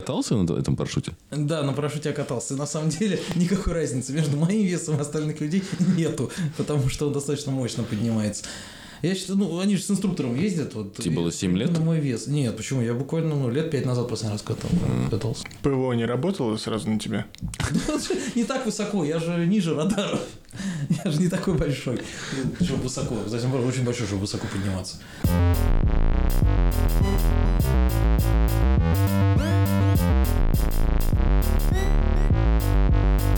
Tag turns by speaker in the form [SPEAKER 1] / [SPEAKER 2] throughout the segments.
[SPEAKER 1] Катался на этом парашюте?
[SPEAKER 2] Да, на парашюте я катался. И на самом деле никакой разницы между моим весом и остальных людей нету, потому что он достаточно мощно поднимается. Я считаю, ну, они же с инструктором ездят. Вот,
[SPEAKER 1] Тебе
[SPEAKER 2] И
[SPEAKER 1] было семь лет?
[SPEAKER 2] На мой вес. Нет, почему? Я буквально ну, лет пять назад последний раз катал, катался.
[SPEAKER 3] ПВО не работало сразу на тебя?
[SPEAKER 2] Ну, Не так высоко, я же ниже радаров. Я же не такой большой, чтобы высоко. Затем очень большой, чтобы высоко подниматься.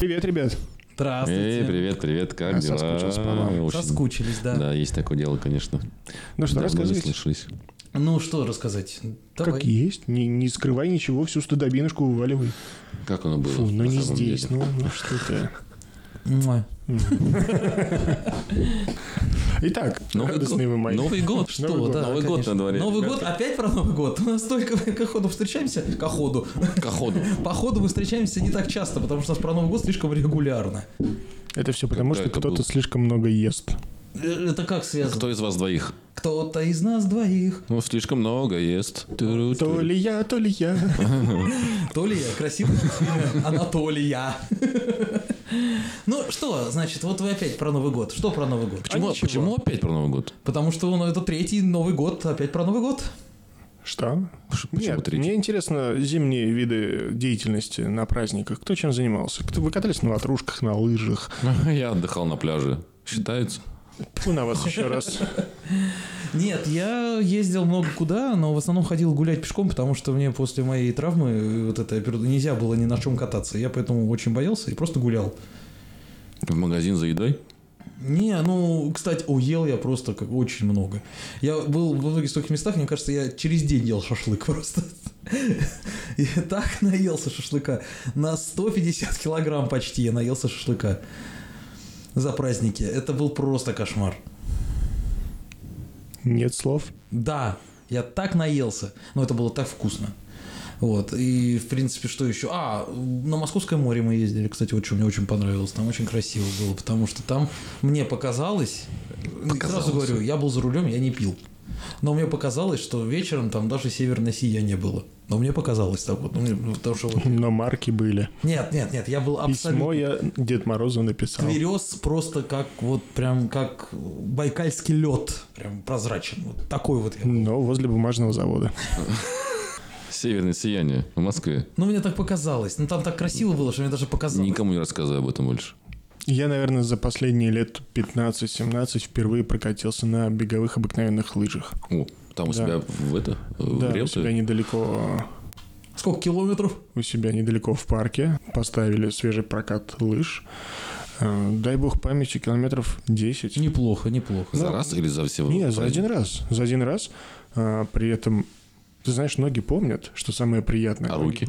[SPEAKER 3] Привет, ребят.
[SPEAKER 2] Здравствуйте.
[SPEAKER 1] Эй, привет, привет, как
[SPEAKER 3] Я
[SPEAKER 1] дела?
[SPEAKER 3] соскучился по вам.
[SPEAKER 1] Очень-
[SPEAKER 2] Соскучились, да.
[SPEAKER 1] Да. есть такое дело, конечно.
[SPEAKER 3] Ну что,
[SPEAKER 1] Давно не
[SPEAKER 3] рассказывайте.
[SPEAKER 1] слышались.
[SPEAKER 2] Ну, что рассказать? Давай.
[SPEAKER 3] Как есть, не, не скрывай ничего, всю стыдобинушку вываливай.
[SPEAKER 1] Как оно было?
[SPEAKER 3] Фу, ну
[SPEAKER 1] на
[SPEAKER 3] не
[SPEAKER 1] самом
[SPEAKER 3] здесь,
[SPEAKER 1] деле?
[SPEAKER 3] ну, ну что ты.
[SPEAKER 2] Муа.
[SPEAKER 3] Итак,
[SPEAKER 1] Новый
[SPEAKER 3] радостные
[SPEAKER 1] год.
[SPEAKER 3] вы мои.
[SPEAKER 1] Новый год,
[SPEAKER 2] Что,
[SPEAKER 3] Новый год.
[SPEAKER 2] да,
[SPEAKER 1] Новый год
[SPEAKER 2] конечно.
[SPEAKER 1] на дворе,
[SPEAKER 2] Новый
[SPEAKER 1] ребята.
[SPEAKER 2] год, опять про Новый год. У нас только к ходу встречаемся, к ходу.
[SPEAKER 1] к ходу.
[SPEAKER 2] По ходу мы встречаемся не так часто, потому что у нас про Новый год слишком регулярно.
[SPEAKER 3] Это все потому,
[SPEAKER 1] Когда
[SPEAKER 3] что
[SPEAKER 1] это
[SPEAKER 3] кто-то
[SPEAKER 1] был?
[SPEAKER 3] слишком много ест.
[SPEAKER 2] Э, Это как связано?
[SPEAKER 1] Кто из вас двоих?
[SPEAKER 2] Кто-то из нас двоих.
[SPEAKER 1] Ну, слишком много ест.
[SPEAKER 3] То ли я, то ли я.
[SPEAKER 2] То ли я, красивое имя Анатолия. Ну что, значит, вот вы опять про Новый год. Что про Новый год?
[SPEAKER 1] Почему,
[SPEAKER 3] А ничего.
[SPEAKER 1] почему опять про Новый год?
[SPEAKER 2] Потому что ну, это третий Новый год, опять про Новый год.
[SPEAKER 3] Что?
[SPEAKER 1] почему
[SPEAKER 3] Нет,
[SPEAKER 1] третий?
[SPEAKER 3] мне интересно зимние виды деятельности на праздниках. Кто чем занимался? Кто, вы катались на ватрушках, на лыжах?
[SPEAKER 1] Я отдыхал на пляже. Считается?
[SPEAKER 3] Тьфу на вас еще раз.
[SPEAKER 2] Нет, я ездил много куда, но в основном ходил гулять пешком, потому что мне после моей травмы э, вот этой опер- нельзя было ни на чем кататься. Я поэтому очень боялся и просто гулял.
[SPEAKER 1] В магазин за едой?
[SPEAKER 2] Не, ну, кстати, уел я просто как очень много. Я был во многих стольких местах, мне кажется, я через день ел шашлык просто. И так наелся шашлыка. На 150 килограмм почти я наелся шашлыка. За праздники. Это был просто кошмар.
[SPEAKER 3] Нет слов.
[SPEAKER 2] Да, я так наелся. Но это было так вкусно. Вот, и, в принципе, что еще? А, на Московское море мы ездили, кстати, очень, мне очень понравилось, там очень красиво было, потому что там мне показалось,
[SPEAKER 1] Показалось.
[SPEAKER 2] сразу говорю, я был за рулем, я не пил. Но мне показалось, что вечером там даже северное сияние было. Но мне показалось так вот, ну, мне- ну, потому что вот-
[SPEAKER 3] Но марки были.
[SPEAKER 2] Нет, нет, нет, я был
[SPEAKER 3] Письмо
[SPEAKER 2] абсолютно...
[SPEAKER 3] я Дед Морозу написал.
[SPEAKER 2] Тверез просто как вот прям как байкальский лед, прям прозрачен, вот такой вот я
[SPEAKER 3] Но возле бумажного завода.
[SPEAKER 1] Северное сияние в Москве.
[SPEAKER 2] Ну, мне так показалось. Ну, там так красиво было, что мне даже показалось.
[SPEAKER 1] Никому не рассказывай об этом больше.
[SPEAKER 3] Я, наверное, за последние лет 15-17 впервые прокатился на беговых обыкновенных лыжах.
[SPEAKER 1] О, там у
[SPEAKER 3] Да.
[SPEAKER 1] себя в это, э, в
[SPEAKER 3] Да, у
[SPEAKER 1] Ревсе?
[SPEAKER 3] себя недалеко
[SPEAKER 2] Сколько километров?
[SPEAKER 3] у себя недалеко в парке поставили свежий прокат лыж. Э, Дай бог памяти, километров 10.
[SPEAKER 2] Неплохо, неплохо.
[SPEAKER 1] За
[SPEAKER 3] Ну,
[SPEAKER 1] раз или за все?
[SPEAKER 3] Не, за один раз. За один раз. А, при этом, ты знаешь, ноги помнят, что самое приятное.
[SPEAKER 1] А
[SPEAKER 3] Ноги-
[SPEAKER 1] руки?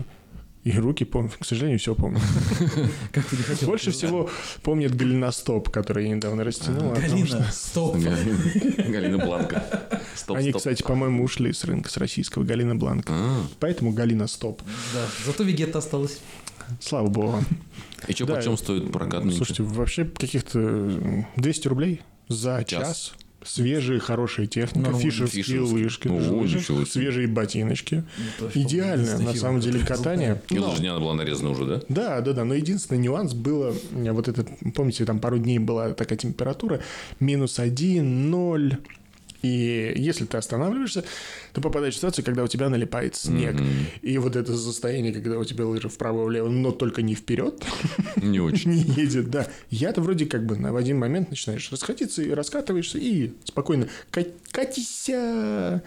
[SPEAKER 3] И руки помнят. К сожалению, все помнят.
[SPEAKER 2] Как ты не хотел?
[SPEAKER 3] Больше всего помнят голеностоп, который я недавно растянул. а о том, что-
[SPEAKER 2] Галина, стоп.
[SPEAKER 1] Галина, Галина Бланка. Стоп,
[SPEAKER 3] Они,
[SPEAKER 1] стоп.
[SPEAKER 3] кстати, по-моему, ушли с рынка, с российского Галина Бланка.
[SPEAKER 1] А,
[SPEAKER 3] Поэтому Галина Стоп.
[SPEAKER 2] Да, зато вегета осталась.
[SPEAKER 3] Слава богу.
[SPEAKER 1] и что,
[SPEAKER 3] Да,
[SPEAKER 1] почем стоит прокат нынче?
[SPEAKER 3] Слушайте, вообще каких-то м, 200 рублей за
[SPEAKER 1] Час.
[SPEAKER 3] час. Свежие, хорошая техника,
[SPEAKER 2] Нормально.
[SPEAKER 3] фишерские,
[SPEAKER 1] Фишерские.
[SPEAKER 3] лыжки,
[SPEAKER 1] О,
[SPEAKER 3] лыжи,
[SPEAKER 1] Ну, ничего себе.
[SPEAKER 3] свежие ботиночки. Идеально, на самом деле, катание.
[SPEAKER 1] И
[SPEAKER 3] Но-
[SPEAKER 1] лыжня была нарезана уже, да?
[SPEAKER 3] Да, да, да. Но единственный нюанс было э, вот это, помните, там пару дней была такая температура, минус один, ноль. И если ты останавливаешься, ты попадаешь в ситуацию, когда у тебя налипает снег. И вот это состояние, когда у тебя лыжи вправо-влево, но только не вперед,
[SPEAKER 1] Не очень.
[SPEAKER 3] не едет, да. Я-то вроде как бы на- в один момент начинаешь расходиться и раскатываешься, и спокойно «Ка- катися.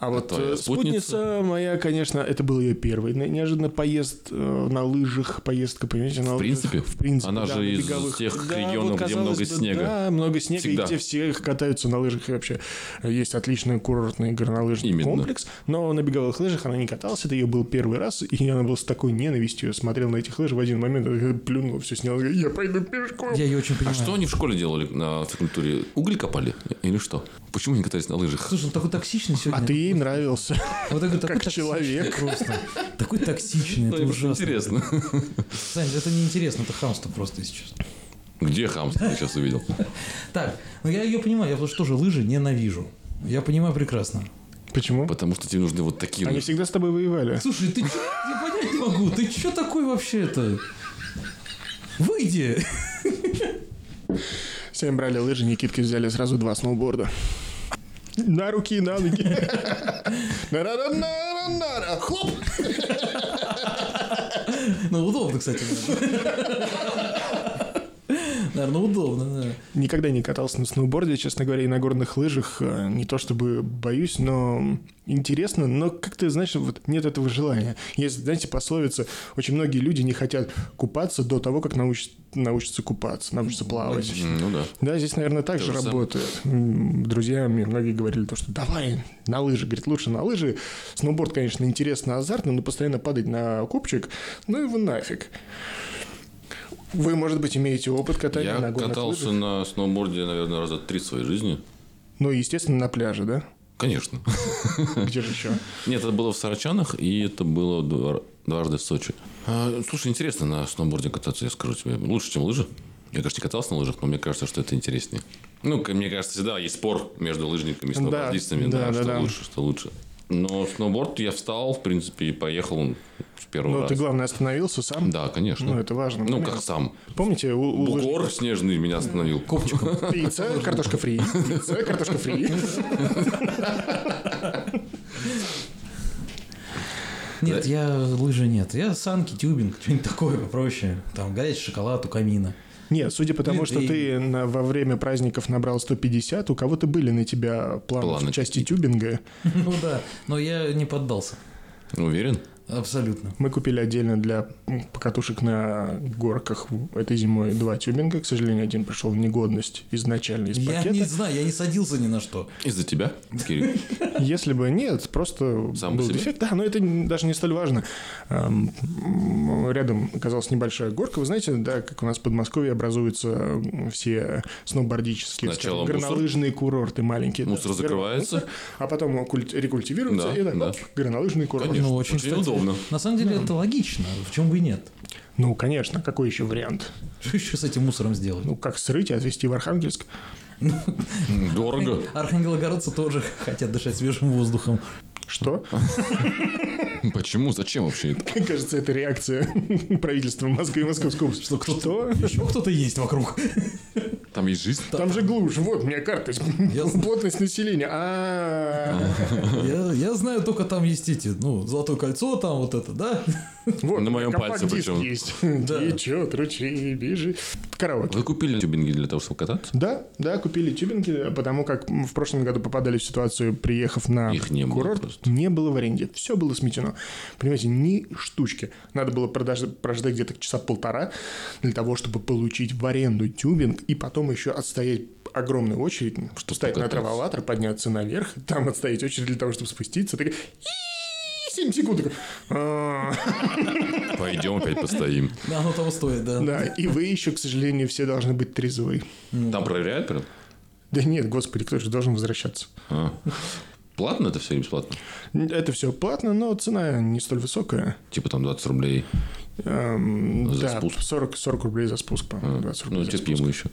[SPEAKER 3] А вот
[SPEAKER 1] твоя
[SPEAKER 3] э, спутница? моя, конечно, это был ее первый не- неожиданно поезд э, на лыжах, поездка, понимаете,
[SPEAKER 1] В
[SPEAKER 3] на лыжах.
[SPEAKER 1] принципе?
[SPEAKER 3] в принципе,
[SPEAKER 1] Она
[SPEAKER 3] да,
[SPEAKER 1] же
[SPEAKER 3] на
[SPEAKER 1] из
[SPEAKER 3] беговых.
[SPEAKER 1] тех
[SPEAKER 3] Да,
[SPEAKER 1] регионов,
[SPEAKER 3] вот,
[SPEAKER 1] где
[SPEAKER 3] казалось
[SPEAKER 1] много
[SPEAKER 3] бы,
[SPEAKER 1] снега.
[SPEAKER 3] Да, много снега,
[SPEAKER 1] Всегда.
[SPEAKER 3] и где все катаются на лыжах и вообще есть отличный курортный горнолыжный
[SPEAKER 1] Именно.
[SPEAKER 3] комплекс, но на беговых лыжах она не каталась, это ее был первый раз, и она была с такой ненавистью, смотрел на этих лыж в один момент, э, плюнул, все снял, говорит, я пойду пешком.
[SPEAKER 2] Я ее очень
[SPEAKER 1] А
[SPEAKER 2] понимаю.
[SPEAKER 1] что они в школе делали на физкультуре? Уголь копали? Или что? Почему не катались на лыжах?
[SPEAKER 2] Слушай, он такой токсичный сегодня. А
[SPEAKER 3] А ты ей нравился.
[SPEAKER 2] Вот такой- такой
[SPEAKER 3] как
[SPEAKER 2] токсичный
[SPEAKER 3] человек.
[SPEAKER 2] Просто. Такой токсичный, это
[SPEAKER 1] Ну,
[SPEAKER 2] ужасно.
[SPEAKER 1] Интересно.
[SPEAKER 2] Сань, это неинтересно, это хамство просто сейчас.
[SPEAKER 1] Где хамство я сейчас увидел?
[SPEAKER 2] Так, ну я ее понимаю, я потому что тоже лыжи ненавижу. Я понимаю прекрасно.
[SPEAKER 3] Почему?
[SPEAKER 1] Потому что тебе нужны вот такие...
[SPEAKER 3] Они
[SPEAKER 1] ну,
[SPEAKER 3] всегда с тобой воевали.
[SPEAKER 2] Слушай, ты чё- я понять не могу, ты что такой вообще это? Выйди!
[SPEAKER 3] Всем брали лыжи, Никитки взяли сразу два сноуборда. На руки и на ноги. Нара-ра-нара-нара. Хлоп!
[SPEAKER 2] Ну, удобно, кстати. Наверное, удобно, да.
[SPEAKER 3] Никогда не катался на сноуборде, честно говоря, и на горных лыжах. Э, Не то чтобы боюсь, но интересно. Но как-то, знаешь, вот нет этого желания. Есть, знаете, пословица, очень многие люди не хотят купаться до того, как научат- научатся купаться, научатся плавать.
[SPEAKER 1] м, Ну да.
[SPEAKER 3] Да, здесь, наверное, так
[SPEAKER 1] То
[SPEAKER 3] же
[SPEAKER 1] же самое.
[SPEAKER 3] работает. М, Друзья мне многие говорили то, что давай на лыжи. Говорит, лучше на лыжи. Сноуборд, конечно, интересно, азартно, но постоянно падать на копчик, ну его нафиг. Вы, может быть, имеете опыт катания
[SPEAKER 1] Я
[SPEAKER 3] на горных
[SPEAKER 1] катался
[SPEAKER 3] лыжах?
[SPEAKER 1] на сноуборде, наверное, раза три в своей жизни.
[SPEAKER 3] Ну, и, естественно, на пляже, да?
[SPEAKER 1] Конечно.
[SPEAKER 3] Где же еще?
[SPEAKER 1] Нет, это было в Сарачанах, и это было двор- дважды в Сочи. А, Слушай, интересно на сноуборде кататься, я скажу тебе. Лучше, чем лыжи. Я, конечно, не катался на лыжах, но мне кажется, что это интереснее. Ну, к- мне кажется, всегда есть спор между лыжниками и
[SPEAKER 3] Да,
[SPEAKER 1] сноубордистами. Да,
[SPEAKER 3] да, да,
[SPEAKER 1] что
[SPEAKER 3] да.
[SPEAKER 1] лучше, что лучше. Но сноуборд я встал, в принципе, и поехал с первого
[SPEAKER 3] Ну, ты,
[SPEAKER 1] раза.
[SPEAKER 3] главное, остановился сам.
[SPEAKER 1] Да,
[SPEAKER 3] Ну,
[SPEAKER 1] конечно.
[SPEAKER 3] это важно.
[SPEAKER 1] Ну, как сам.
[SPEAKER 3] Помните, у, у лыж-
[SPEAKER 1] Бугор снежный меня остановил.
[SPEAKER 2] Копчиком.
[SPEAKER 3] Пицца, картошка фри. Пицца, картошка фри.
[SPEAKER 2] Нет, я лыжи нет. Я санки, тюбинг, что-нибудь такое попроще. Там горячий шоколад у камина.
[SPEAKER 3] Нет, судя по тому, что ты на- во время праздников набрал 150, у кого-то были на тебя планы,
[SPEAKER 1] Планы
[SPEAKER 3] в части тюбинга.
[SPEAKER 2] Ну да, но я не поддался.
[SPEAKER 1] Ну, Уверен?
[SPEAKER 2] Абсолютно.
[SPEAKER 3] Мы купили отдельно для м, покатушек на горках этой зимой два тюбинга. К сожалению, один пришел в негодность изначально из
[SPEAKER 2] Я
[SPEAKER 3] пакета.
[SPEAKER 2] не знаю, я не садился ни на что.
[SPEAKER 1] Из-за тебя, Кирилл.
[SPEAKER 3] Если бы нет, просто
[SPEAKER 1] Сам
[SPEAKER 3] был
[SPEAKER 1] по себе?
[SPEAKER 3] дефект. Да, но это н- даже не столь важно. Ам, м, Рядом оказалась небольшая горка. Вы знаете, да, как у нас в Подмосковье образуются м, все сноубордические,
[SPEAKER 1] Сначала
[SPEAKER 3] скажем,
[SPEAKER 1] мусор.
[SPEAKER 3] горнолыжные курорты маленькие. да.
[SPEAKER 1] Мусор
[SPEAKER 3] Сперва
[SPEAKER 1] закрывается.
[SPEAKER 3] мусор, а потом он культ- рекультивируется,
[SPEAKER 1] Да,
[SPEAKER 3] и так,
[SPEAKER 1] да.
[SPEAKER 3] оп, горнолыжный курорт.
[SPEAKER 1] Конечно.
[SPEAKER 2] Ну, очень,
[SPEAKER 1] очень
[SPEAKER 2] кстати,
[SPEAKER 1] удобно.
[SPEAKER 2] На самом деле это логично, в чем бы и нет.
[SPEAKER 3] Ну, конечно, какой еще вариант?
[SPEAKER 2] Что еще с этим мусором сделать?
[SPEAKER 3] Ну, как срыть и отвезти в Архангельск?
[SPEAKER 1] Дорого.
[SPEAKER 2] Архангелогородцы тоже хотят дышать свежим воздухом.
[SPEAKER 3] Что?
[SPEAKER 1] А. Почему? Зачем вообще это?
[SPEAKER 3] Кажется, это реакция правительства Москвы и Московской области. Что,
[SPEAKER 2] кто-то- Еще кто-то есть вокруг.
[SPEAKER 1] Там есть жизнь?
[SPEAKER 3] Там же глушь. Вот, у меня карта.
[SPEAKER 2] Ясно.
[SPEAKER 3] Плотность населения. А,
[SPEAKER 2] Я, я знаю, только там есть эти, ну, Золотое кольцо, там вот это, да?
[SPEAKER 3] Вот,
[SPEAKER 1] На моем пальце
[SPEAKER 3] компакт-диск
[SPEAKER 1] причем.
[SPEAKER 3] есть.
[SPEAKER 2] Да.
[SPEAKER 3] Течет, ручей, бежит. Караоке.
[SPEAKER 1] Вы купили тюбинги для того, чтобы кататься?
[SPEAKER 3] Да, да, купили тюбинги, потому как в прошлом году попадали в ситуацию, приехав на
[SPEAKER 1] Их не было
[SPEAKER 3] курорт,
[SPEAKER 1] просто.
[SPEAKER 3] не было в аренде, все было сметено. Понимаете, ни штучки. Надо было продаж- прождать где-то часа полтора для того, чтобы получить в аренду тюбинг и потом еще отстоять огромную очередь, чтобы встать на
[SPEAKER 1] покататься.
[SPEAKER 3] траволатор, подняться наверх, там отстоять очередь для того, чтобы спуститься. Ты такой, «И-и-и», 7 секунд. такой, «А-а-а».
[SPEAKER 1] Пойдем опять постоим.
[SPEAKER 2] Да, оно того стоит, да.
[SPEAKER 3] Да, и вы еще, к сожалению, все должны быть трезвы.
[SPEAKER 1] Там проверяют прям?
[SPEAKER 3] Да нет, господи, кто же должен возвращаться?
[SPEAKER 1] А. Платно это все или бесплатно?
[SPEAKER 3] Это все платно, но цена не столь высокая.
[SPEAKER 1] Типа там 20 рублей.
[SPEAKER 3] Эм,
[SPEAKER 1] За
[SPEAKER 3] да,
[SPEAKER 1] спуск.
[SPEAKER 3] 40, 40 рублей за спуск, по-моему.
[SPEAKER 1] А,
[SPEAKER 3] 20 рублей
[SPEAKER 1] Ну,
[SPEAKER 3] за
[SPEAKER 1] терпимо
[SPEAKER 3] спуск.
[SPEAKER 1] еще.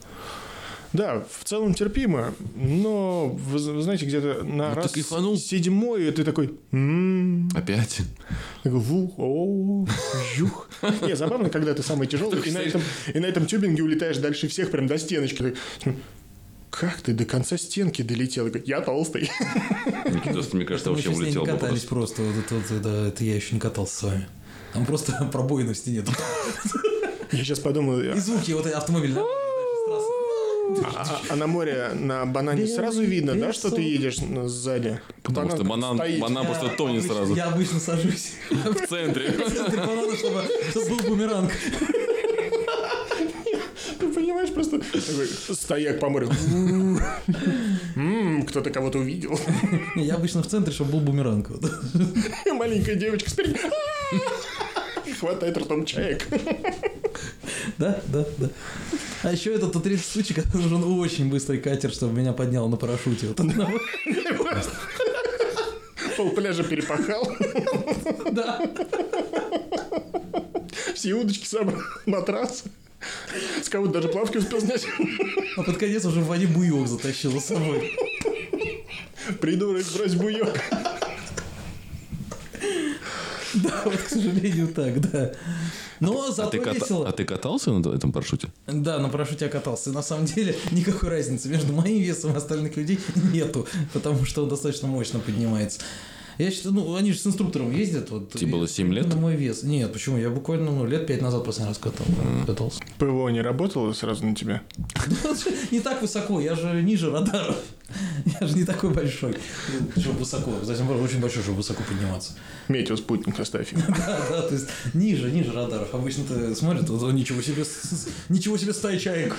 [SPEAKER 3] Да, в целом терпимо, но, вы, з- вы знаете, где-то на
[SPEAKER 1] Ну, ты
[SPEAKER 3] раз
[SPEAKER 1] кайфанул.
[SPEAKER 3] седьмой, и ты такой... «М».
[SPEAKER 1] Опять?
[SPEAKER 3] Я говорю, «Ву, о, юх». Не, забавно, когда ты самый тяжелый, и на этом- и на этом тюбинге улетаешь дальше всех, прям до стеночки. Ты такой, Как ты до конца стенки долетел? Я говорю, Я толстый.
[SPEAKER 1] Никитос, мне кажется,
[SPEAKER 2] Мы
[SPEAKER 1] вообще
[SPEAKER 2] еще с ней
[SPEAKER 1] улетел
[SPEAKER 2] не
[SPEAKER 1] бы
[SPEAKER 2] катались
[SPEAKER 1] просто.
[SPEAKER 2] просто. Вот это, вот, да, это я еще не катался с вами. Там просто пробоины в стене.
[SPEAKER 3] Я сейчас подумал,
[SPEAKER 2] И звуки, вот автомобиль. да, с трассы.
[SPEAKER 3] А, а на море на банане сразу видно, да, что ты едешь н- сзади?
[SPEAKER 1] Потому что банан-
[SPEAKER 3] стоит.
[SPEAKER 1] банан- Она просто
[SPEAKER 2] Я
[SPEAKER 1] тонет
[SPEAKER 2] обычно-
[SPEAKER 1] сразу.
[SPEAKER 2] Я обычно сажусь.
[SPEAKER 1] В центре.
[SPEAKER 2] Ты банана, чтобы чтобы был бумеранг.
[SPEAKER 3] Ты понимаешь, просто такой стояк по морю. М, Кто-то кого-то увидел.
[SPEAKER 2] Не, Я обычно в центре, чтобы был бумеранг. Вот.
[SPEAKER 3] Маленькая девочка спереди. И Хватает ртом чаек.
[SPEAKER 2] Да, да, да. А еще этот тот редкий случай, когда нужен очень быстрый катер, чтобы меня поднял на парашюте. Вот одного.
[SPEAKER 3] Пол пляжа перепахал.
[SPEAKER 2] Да.
[SPEAKER 3] Все удочки собрал. Матрас. С кого-то даже плавки успел снять.
[SPEAKER 2] А под конец уже в воде буйок затащил за собой.
[SPEAKER 3] Придурок, брось буёк.
[SPEAKER 2] Вот, к сожалению, так, да. Но
[SPEAKER 1] А
[SPEAKER 2] зато
[SPEAKER 1] ты, ката-
[SPEAKER 2] весело.
[SPEAKER 1] а ты катался на этом парашюте?
[SPEAKER 2] Да, на парашюте я катался. И на самом деле никакой разницы между моим весом и остальных людей нету, потому что он достаточно мощно поднимается. Я считаю, ну, они же с инструктором ездят. Вот,
[SPEAKER 1] Тебе
[SPEAKER 2] и
[SPEAKER 1] было семь лет?
[SPEAKER 2] На мой вес. Нет, почему? Я буквально ну, лет пять назад последний раз катал, катался.
[SPEAKER 3] ПВО не работало сразу на тебя?
[SPEAKER 2] Ну, он же не так высоко, я же ниже радара. Я же не такой большой, чтобы Ну, высоко. Кстати, он очень большой, чтобы высоко подниматься.
[SPEAKER 3] Метеоспутник оставь ему.
[SPEAKER 2] Да, да, то есть ниже, ниже радаров. Обычно ты смотрят, вот он ничего себе, с- с- ничего себе стая чаек.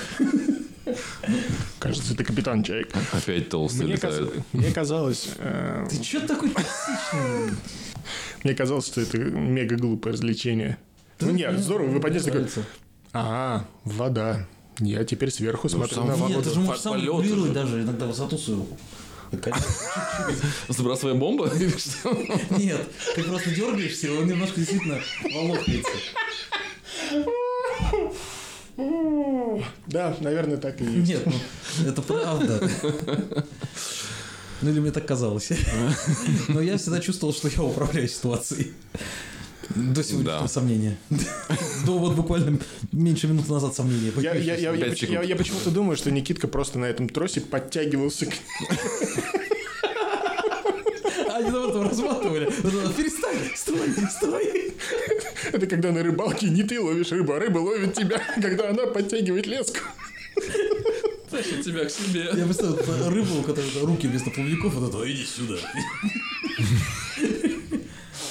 [SPEAKER 3] Кажется, ты капитан Чайк.
[SPEAKER 1] Опять толстый
[SPEAKER 3] Мне,
[SPEAKER 1] летает.
[SPEAKER 3] каз- мне казалось, э,
[SPEAKER 2] Ты чё такой токсичный?
[SPEAKER 3] мне казалось, что это мега глупое развлечение. Ну нет, здорово, вы поднялись такой,
[SPEAKER 2] Нравится.
[SPEAKER 3] ага, вода. Я теперь сверху смотрю
[SPEAKER 1] сам
[SPEAKER 3] на
[SPEAKER 1] вид.
[SPEAKER 2] Нет,
[SPEAKER 3] воду.
[SPEAKER 2] ты же можешь сам
[SPEAKER 1] полёт
[SPEAKER 2] регулировать
[SPEAKER 1] уже.
[SPEAKER 2] даже иногда высоту свою. Да, конечно.
[SPEAKER 1] Сбрасывая бомбу? или что?
[SPEAKER 2] Нет, ты просто дергаешься, и он немножко действительно волохается.
[SPEAKER 3] Да, наверное, так и есть.
[SPEAKER 2] Нет, ну, это правда. Ну или мне так казалось. Но я всегда чувствовал, что я управляю ситуацией. До сегодняшнего
[SPEAKER 1] Да.
[SPEAKER 2] сомнения. До вот буквально меньше минуты назад сомнения.
[SPEAKER 3] Я, я- я- я
[SPEAKER 1] Пять
[SPEAKER 3] поч-
[SPEAKER 1] секунд.
[SPEAKER 3] я- я почему-то думаю, что Никитка просто на этом тросе подтягивался к...
[SPEAKER 2] Они там это разматывали. Вот это, Перестань, стой, стой.
[SPEAKER 3] Это когда на рыбалке не ты ловишь рыбу, а рыба ловит тебя, когда она подтягивает леску.
[SPEAKER 1] Тащит тебя к
[SPEAKER 2] Я
[SPEAKER 1] себе.
[SPEAKER 2] представил вот, рыбу, у которой вот руки вместо плавников, вот это, иди сюда.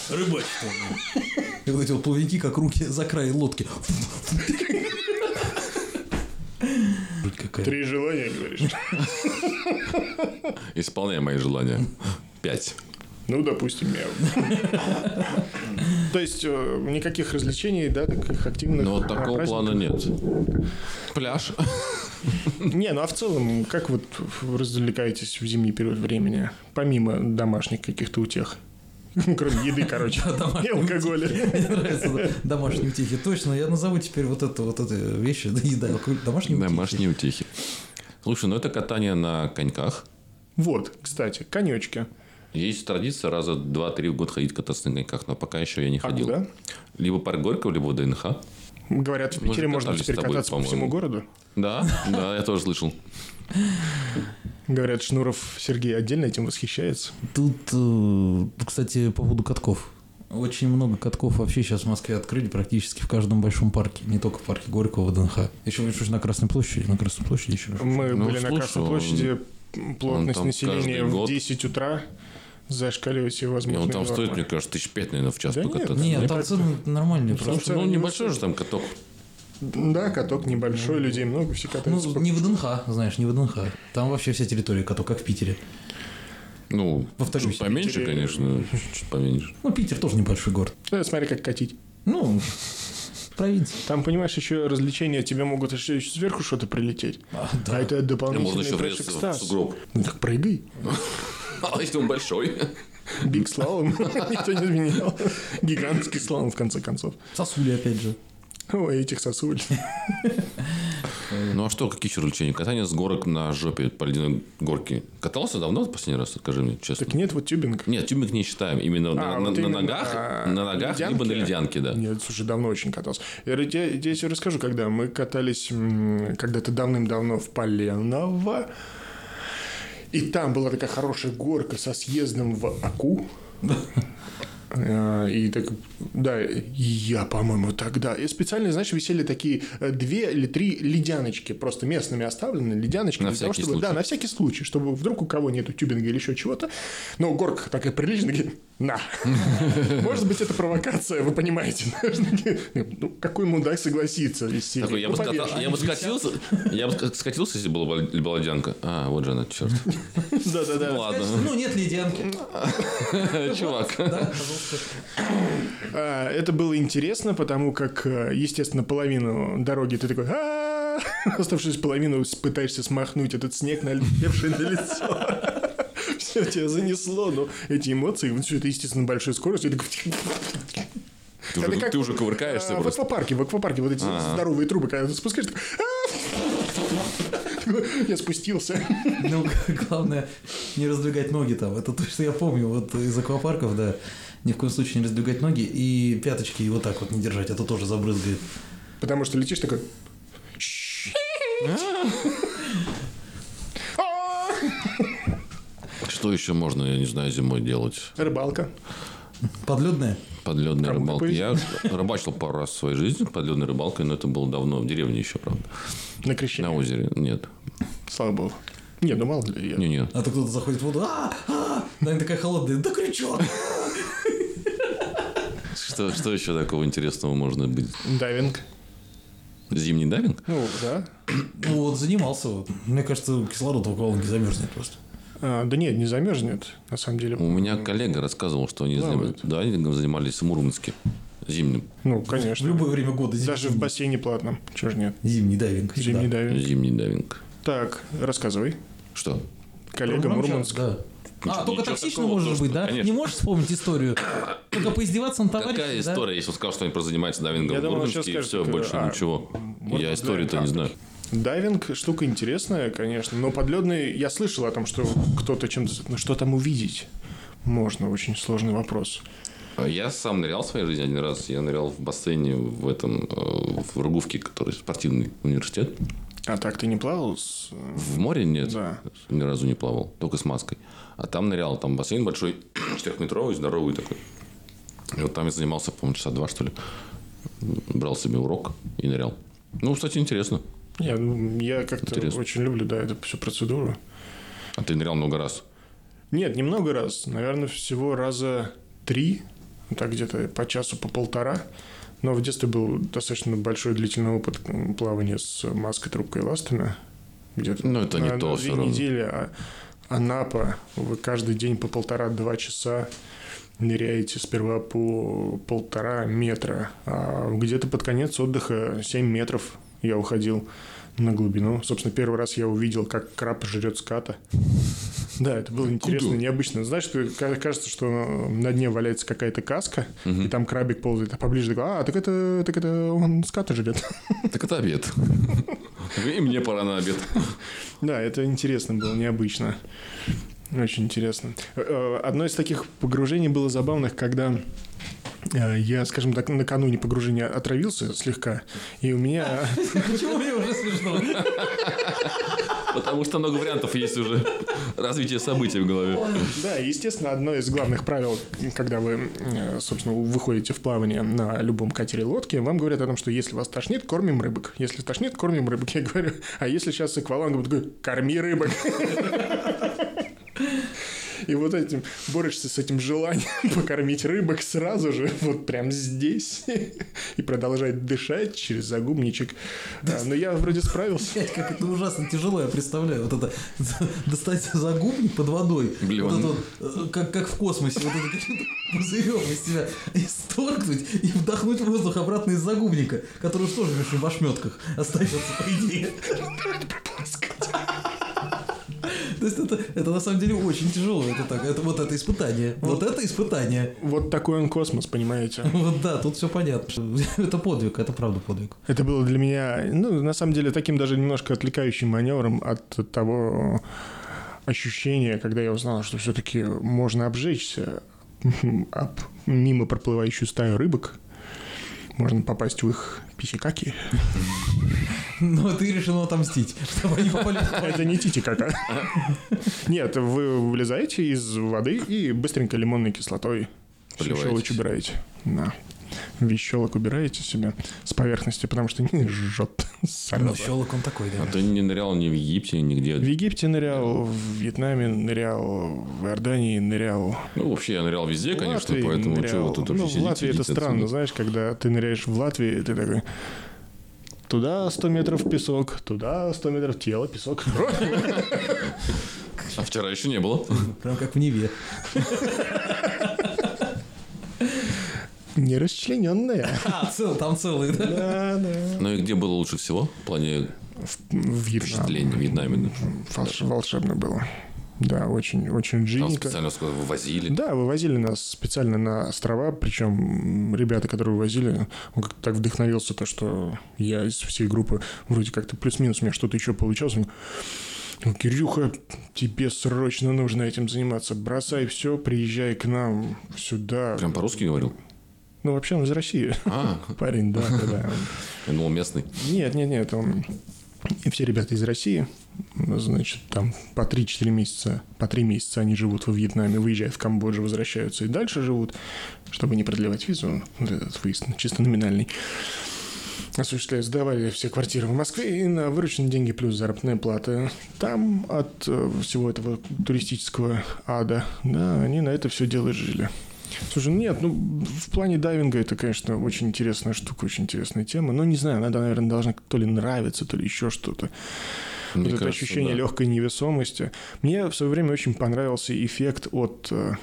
[SPEAKER 2] Рыбачь там. И вот эти вот плавники, как руки за край лодки. Жуть какая.
[SPEAKER 3] Три желания, говоришь?
[SPEAKER 1] Исполняй мои желания. Пять.
[SPEAKER 3] Ну, допустим, мяу. То есть, э, никаких развлечений, да, таких активных.
[SPEAKER 1] Но
[SPEAKER 3] а,
[SPEAKER 1] вот такого
[SPEAKER 3] праздников?
[SPEAKER 1] плана нет. Пляж.
[SPEAKER 3] Не, ну а в целом, как вот вы развлекаетесь в зимний период времени, помимо домашних каких-то утех? Кроме еды, короче, и алкоголя.
[SPEAKER 2] Мне нравятся да, домашние утехи. Точно, я назову теперь вот это вот это вещи, да, еда, алкоголь, домашние утехи.
[SPEAKER 1] Домашние утехи. Слушай, ну это катание на коньках.
[SPEAKER 3] Вот, кстати, конечки.
[SPEAKER 1] Есть традиция раза 2-3 в год ходить кататься на коньках, но пока еще я не
[SPEAKER 3] А
[SPEAKER 1] ходил.
[SPEAKER 3] куда?
[SPEAKER 1] Либо парк Горького, либо ДНХ.
[SPEAKER 3] Говорят, в
[SPEAKER 1] Мы же
[SPEAKER 3] Питере можно
[SPEAKER 1] катались с
[SPEAKER 3] теперь
[SPEAKER 1] тобой,
[SPEAKER 3] кататься по всему
[SPEAKER 1] по-моему.
[SPEAKER 3] городу.
[SPEAKER 1] Да, да, я тоже слышал.
[SPEAKER 3] Говорят, Шнуров Сергей отдельно этим восхищается.
[SPEAKER 2] Тут, э, кстати, по поводу катков. Очень много катков вообще сейчас в Москве открыли практически в каждом большом парке, не только в парке Горького, ВДНХ. Еще видишь, на Красной площади, на Красной площади еще.
[SPEAKER 3] Мы
[SPEAKER 1] Ну,
[SPEAKER 3] были на
[SPEAKER 1] слушай,
[SPEAKER 3] Красной
[SPEAKER 1] он-
[SPEAKER 3] площади, м, плотность
[SPEAKER 1] там
[SPEAKER 3] населения
[SPEAKER 1] каждый
[SPEAKER 3] в
[SPEAKER 1] год-
[SPEAKER 3] 10 утра зашкаливает все
[SPEAKER 1] И он
[SPEAKER 3] возможные
[SPEAKER 1] там стоит,
[SPEAKER 3] нормы.
[SPEAKER 1] мне кажется, тысяч пять, наверное, в час
[SPEAKER 3] Да нет,
[SPEAKER 1] покататься.
[SPEAKER 2] Нет,
[SPEAKER 1] Мне
[SPEAKER 2] там
[SPEAKER 1] кажется,
[SPEAKER 2] цены нормальные
[SPEAKER 1] потому
[SPEAKER 2] просто.
[SPEAKER 1] что, ну,
[SPEAKER 3] цены
[SPEAKER 1] небольшой же там каток.
[SPEAKER 3] Да, каток небольшой, людей много, все катаются.
[SPEAKER 2] Ну,
[SPEAKER 3] по-
[SPEAKER 2] не ВДНХ, знаешь, не ВДНХ. Там вообще вся территория каток, как в Питере.
[SPEAKER 1] Ну,
[SPEAKER 2] Повторюсь,
[SPEAKER 1] чуть поменьше,
[SPEAKER 3] Питере-
[SPEAKER 1] конечно, чуть поменьше.
[SPEAKER 2] Ну, Питер тоже небольшой город.
[SPEAKER 3] Э, Смотри, как катить.
[SPEAKER 2] Ну, провинция.
[SPEAKER 3] Там, понимаешь, еще развлечения, тебе могут еще еще сверху что-то прилететь.
[SPEAKER 2] А,
[SPEAKER 3] А это
[SPEAKER 1] И Можно
[SPEAKER 3] дополнительный
[SPEAKER 1] еще
[SPEAKER 3] фреш
[SPEAKER 1] врезаться в
[SPEAKER 3] экстаз.
[SPEAKER 1] сугроб.
[SPEAKER 3] Ну так прыгай.
[SPEAKER 1] А если он большой?
[SPEAKER 3] Биг слалом. Никто не отменял. Гигантский слалом, в конце концов.
[SPEAKER 2] Сосули, опять же.
[SPEAKER 3] Ой, этих сосуль.
[SPEAKER 1] Ну а что, какие еще развлечения? Катание с горок на жопе по ледяной горке. Катался давно в последний раз, скажи мне честно?
[SPEAKER 3] Так нет, вот тюбинг.
[SPEAKER 1] Нет, тюбик не считаем. Именно, на,
[SPEAKER 3] А,
[SPEAKER 1] на-
[SPEAKER 3] вот
[SPEAKER 1] на
[SPEAKER 3] именно,
[SPEAKER 1] ногах,
[SPEAKER 3] а,
[SPEAKER 1] на ногах либо на ледянке, да.
[SPEAKER 3] Нет, слушай, давно очень катался. Я, ре- я- я тебе расскажу, когда мы катались м, когда-то давным-давно в Поленово. И там была такая хорошая горка со съездом в Аку. А, И так, да, и я, по-моему, тогда. И специально, знаешь, висели такие э, две или три ледяночки, просто местными оставлены ледяночки.
[SPEAKER 1] На
[SPEAKER 3] для того,
[SPEAKER 1] всякий
[SPEAKER 3] чтобы- Да,
[SPEAKER 1] случай.
[SPEAKER 3] на всякий случай, чтобы вдруг у кого нету тюбинга или еще чего-то. Но горка такая приличная, такие, на. Может быть, это провокация, вы понимаете. знаешь, такие, Ну, какой мудак согласится вести?
[SPEAKER 1] Такой, я бы, ската- я бы скатился, я бы ска- скатился, если была бы либо ледянка. А, вот же она, черт.
[SPEAKER 3] Да-да-да.
[SPEAKER 1] Ладно,
[SPEAKER 2] Ну, нет ледянки.
[SPEAKER 1] чувак.
[SPEAKER 2] Да, пожалуйста.
[SPEAKER 3] А, Это было интересно, потому как, э, естественно, половину дороги ты такой... «А-а-а!» Оставшуюся половину с- пытаешься смахнуть этот снег, налепший на лицо. Все тебя занесло, но эти эмоции, вот все это, естественно, большой скоростью. и такой
[SPEAKER 1] Ты
[SPEAKER 3] Это
[SPEAKER 1] уже,
[SPEAKER 3] а как-
[SPEAKER 1] ты уже кувыркаешься
[SPEAKER 3] А, В
[SPEAKER 1] просто.
[SPEAKER 3] аквапарке, в аквапарке вот эти здоровые трубы, когда ты спускаешь, так, «А!» Такой, я спустился.
[SPEAKER 2] Ну, главное, не раздвигать ноги там. Это то, что я помню вот из аквапарков, да. ни в коем случае не раздвигать ноги и пяточки вот так вот не держать, а то тоже забрызгает.
[SPEAKER 3] Потому что летишь такой... «А,
[SPEAKER 1] Что еще можно, я не знаю, зимой делать?
[SPEAKER 3] Рыбалка.
[SPEAKER 2] Подледная?
[SPEAKER 1] Подледная рыбалка.
[SPEAKER 3] Кому-то
[SPEAKER 1] Я рыбачил пару раз в своей жизни подледной рыбалкой, но это было давно, в деревне еще, правда.
[SPEAKER 3] На крещение.
[SPEAKER 1] На озере. Нет.
[SPEAKER 3] Слава богу. Не, ну мало ли. я-
[SPEAKER 1] Не, нет.
[SPEAKER 2] А то кто-то заходит в воду, а, а, наверное, такая холодная, да крючок.
[SPEAKER 1] Что, что еще такого интересного можно быть?
[SPEAKER 3] Дайвинг.
[SPEAKER 1] Зимний дайвинг?
[SPEAKER 3] Ну, да.
[SPEAKER 2] Ну вот, занимался вот. Мне кажется, кислород в не замерзнет просто.
[SPEAKER 3] А, да нет, не замерзнет, на самом деле. Ну,
[SPEAKER 1] У меня коллега рассказывал, что они
[SPEAKER 3] Плавают.
[SPEAKER 1] заним- дайвингом занимались в Мурманске. Зимним.
[SPEAKER 3] Ну,
[SPEAKER 2] В
[SPEAKER 3] конечно.
[SPEAKER 2] любое время года. зим-
[SPEAKER 3] Даже в бассейне платном. Чего же нет?
[SPEAKER 2] Зимний дайвинг. всегда.
[SPEAKER 3] Зимний дайвинг.
[SPEAKER 1] Зимний дайвинг.
[SPEAKER 3] Так, рассказывай.
[SPEAKER 1] Что?
[SPEAKER 3] Коллега
[SPEAKER 2] Мурманча,
[SPEAKER 3] Мурманск.
[SPEAKER 2] да. А, только
[SPEAKER 1] ничего
[SPEAKER 2] токсично
[SPEAKER 1] такого,
[SPEAKER 2] может
[SPEAKER 1] то,
[SPEAKER 2] быть,
[SPEAKER 1] что-
[SPEAKER 2] да?
[SPEAKER 1] конечно.
[SPEAKER 2] Не можешь вспомнить историю? Только поиздеваться на товарища,
[SPEAKER 1] Какая
[SPEAKER 2] да?
[SPEAKER 1] история, если он сказал, что они просто занимаются дайвингом
[SPEAKER 3] Я
[SPEAKER 1] в
[SPEAKER 3] думал, он
[SPEAKER 1] Мурманске,
[SPEAKER 3] сейчас
[SPEAKER 1] и
[SPEAKER 3] скажет,
[SPEAKER 1] все,
[SPEAKER 3] как,
[SPEAKER 1] больше
[SPEAKER 3] а,
[SPEAKER 1] ничего.
[SPEAKER 3] вот
[SPEAKER 1] я
[SPEAKER 3] это
[SPEAKER 1] историю-то не
[SPEAKER 3] дайвинг.
[SPEAKER 1] знаю.
[SPEAKER 3] Дайвинг штука интересная, конечно, но подледный. Я слышал о том, что кто-то чем-то... Ну, что там увидеть? Можно, очень сложный вопрос.
[SPEAKER 1] А Я сам нырял в своей жизни один раз. Я нырял в бассейне в этом, э, в Рогувке, который спортивный университет.
[SPEAKER 3] А так ты не плавал с...
[SPEAKER 1] В море нет,
[SPEAKER 3] Да.
[SPEAKER 1] ни разу не плавал, только с маской. А там нырял, там бассейн большой, четырехметровый, здоровый такой. И вот там я занимался, по-моему, часа два, что ли. Брал себе урок и нырял. Ну, кстати, интересно.
[SPEAKER 3] Я, ну, я как-то
[SPEAKER 1] Интересно.
[SPEAKER 3] очень люблю, да, эту всю процедуру.
[SPEAKER 1] А ты нырял много раз.
[SPEAKER 3] Нет, немного раз. Наверное, всего раза три. Ну, Так где-то по часу, по полтора. Но в детстве был достаточно большой длительный опыт м, плавания с маской, трубкой и ластами. Где-то
[SPEAKER 1] Ну, это не
[SPEAKER 3] на-
[SPEAKER 1] то
[SPEAKER 3] на
[SPEAKER 1] всё
[SPEAKER 3] две
[SPEAKER 1] равно.
[SPEAKER 3] недели. А Анапа. Вы каждый день по полтора-два часа ныряете сперва по полтора метра. А где-то под конец отдыха 7 метров я уходил на глубину. Собственно, первый раз я увидел, как краб жрет ската. Да, это было интересно, необычно. Знаешь, ты- ка- кажется, что на дне валяется какая-то каска, и там крабик ползает, а поближе такой, а, так это, так это он ската жрет.
[SPEAKER 1] Так это обед. И мне пора на обед.
[SPEAKER 3] Да, это интересно было, необычно. Очень интересно. Э, э, Одно из таких погружений было забавных, когда э, я, скажем так, накануне погружения отравился слегка, и у меня...
[SPEAKER 2] Почему мне уже смешно?
[SPEAKER 1] Потому что много вариантов есть уже. Развитие событий в голове.
[SPEAKER 3] Да, и, естественно, одно из главных правил, когда вы, э, собственно, выходите в плавание на любом катере лодке, вам говорят о том, что если вас тошнит, кормим рыбок. Если тошнит, кормим рыбок. Я говорю, а если сейчас с аквалангом, такой, корми рыбок. И вот этим борешься с этим желанием покормить рыбок сразу же, вот прям здесь, и продолжать дышать через загубничек. А, Но я вроде справился.
[SPEAKER 2] Блядь, как это ужасно тяжело, я представляю. Вот это достать загубник под водой.
[SPEAKER 1] Блин.
[SPEAKER 2] Вот это вот, э, как, как в космосе, вот это каким-то пузырем из себя исторгнуть и вдохнуть воздух обратно из загубника, который уж тоже Миша, в ошметках остается, по идее. То есть это, это на самом деле очень тяжело, это так, это вот это испытание, вот это испытание.
[SPEAKER 3] Вот такой он космос, понимаете?
[SPEAKER 2] Вот да, тут все понятно. что Это подвиг, это правда подвиг.
[SPEAKER 3] Это было для меня, ну, на самом деле, таким даже немножко отвлекающим маневром от того ощущения, когда я узнал, что все-таки можно обжечься об мимо проплывающую стаю рыбок, можно попасть в их писикаки.
[SPEAKER 2] Но ты решил отомстить, чтобы они попали в
[SPEAKER 3] Это не титикака. Нет, вы вылезаете из воды и быстренько лимонной кислотой
[SPEAKER 1] Поливаете.
[SPEAKER 3] вещелочь убираете. Да. Вещелок убираете себе с поверхности, потому что не жжет.
[SPEAKER 2] Ну,
[SPEAKER 3] зараза.
[SPEAKER 2] щелок он такой, да.
[SPEAKER 1] А ты не нырял ни в Египте,
[SPEAKER 3] В
[SPEAKER 1] нигде.
[SPEAKER 3] Египте нырял, в Вьетнаме нырял, в Иордании нырял.
[SPEAKER 1] Ну, вообще, я нырял везде,
[SPEAKER 3] в
[SPEAKER 1] конечно,
[SPEAKER 3] Латвии
[SPEAKER 1] поэтому
[SPEAKER 3] нырял.
[SPEAKER 1] чего вы тут
[SPEAKER 3] Ну,
[SPEAKER 1] вообще
[SPEAKER 3] в
[SPEAKER 1] сидите?
[SPEAKER 3] Латвии это
[SPEAKER 1] идите
[SPEAKER 3] странно,
[SPEAKER 1] отсюда.
[SPEAKER 3] знаешь, когда ты ныряешь в Латвии, ты такой... Туда 100 метров песок, туда 100 метров тело, песок.
[SPEAKER 1] А вчера еще не было.
[SPEAKER 2] Прям как в Неве.
[SPEAKER 3] Нерасчлененное.
[SPEAKER 2] А, цел, там целый, да?
[SPEAKER 3] Да, да.
[SPEAKER 1] Ну и где было лучше всего в плане
[SPEAKER 3] В Вьетнаме.
[SPEAKER 1] впечатления в Вьетнаме?
[SPEAKER 3] Волш- Волшебно было. Да, очень, очень
[SPEAKER 1] Там
[SPEAKER 3] джинненько.
[SPEAKER 1] специально сказал, вывозили.
[SPEAKER 3] Да, вывозили нас специально на острова, причем м, ребята, которые вывозили, он как-то так вдохновился, то, что я из всей группы вроде как-то плюс-минус, у меня что-то еще получалось. Он, Ну, Кирюха, тебе срочно нужно этим заниматься. Бросай все, приезжай к нам сюда.
[SPEAKER 1] Прям по-русски говорил?
[SPEAKER 3] Ну, вообще, он из России.
[SPEAKER 1] А,
[SPEAKER 3] Парень, да, да, да.
[SPEAKER 1] я думал, местный.
[SPEAKER 3] Нет, нет, нет, он... И все ребята из России, значит, там по 3-4 месяца, по 3 месяца они живут во Вьетнаме, выезжают в Камбоджу, возвращаются и дальше живут, чтобы не продлевать визу, вот этот выезд чисто номинальный. Осуществляют, сдавали все квартиры в Москве и на вырученные деньги плюс заработная плата. Там от э, всего этого туристического ада, да, они на это все дело и жили. Слушай, ну нет, ну в плане дайвинга это, конечно, очень интересная штука, очень интересная тема. Но не знаю, она, наверное, должна то ли нравиться, то ли еще что-то.
[SPEAKER 1] Мне
[SPEAKER 3] вот это
[SPEAKER 1] кажется,
[SPEAKER 3] ощущение
[SPEAKER 1] да.
[SPEAKER 3] легкой невесомости. Мне в свое время очень понравился эффект от э,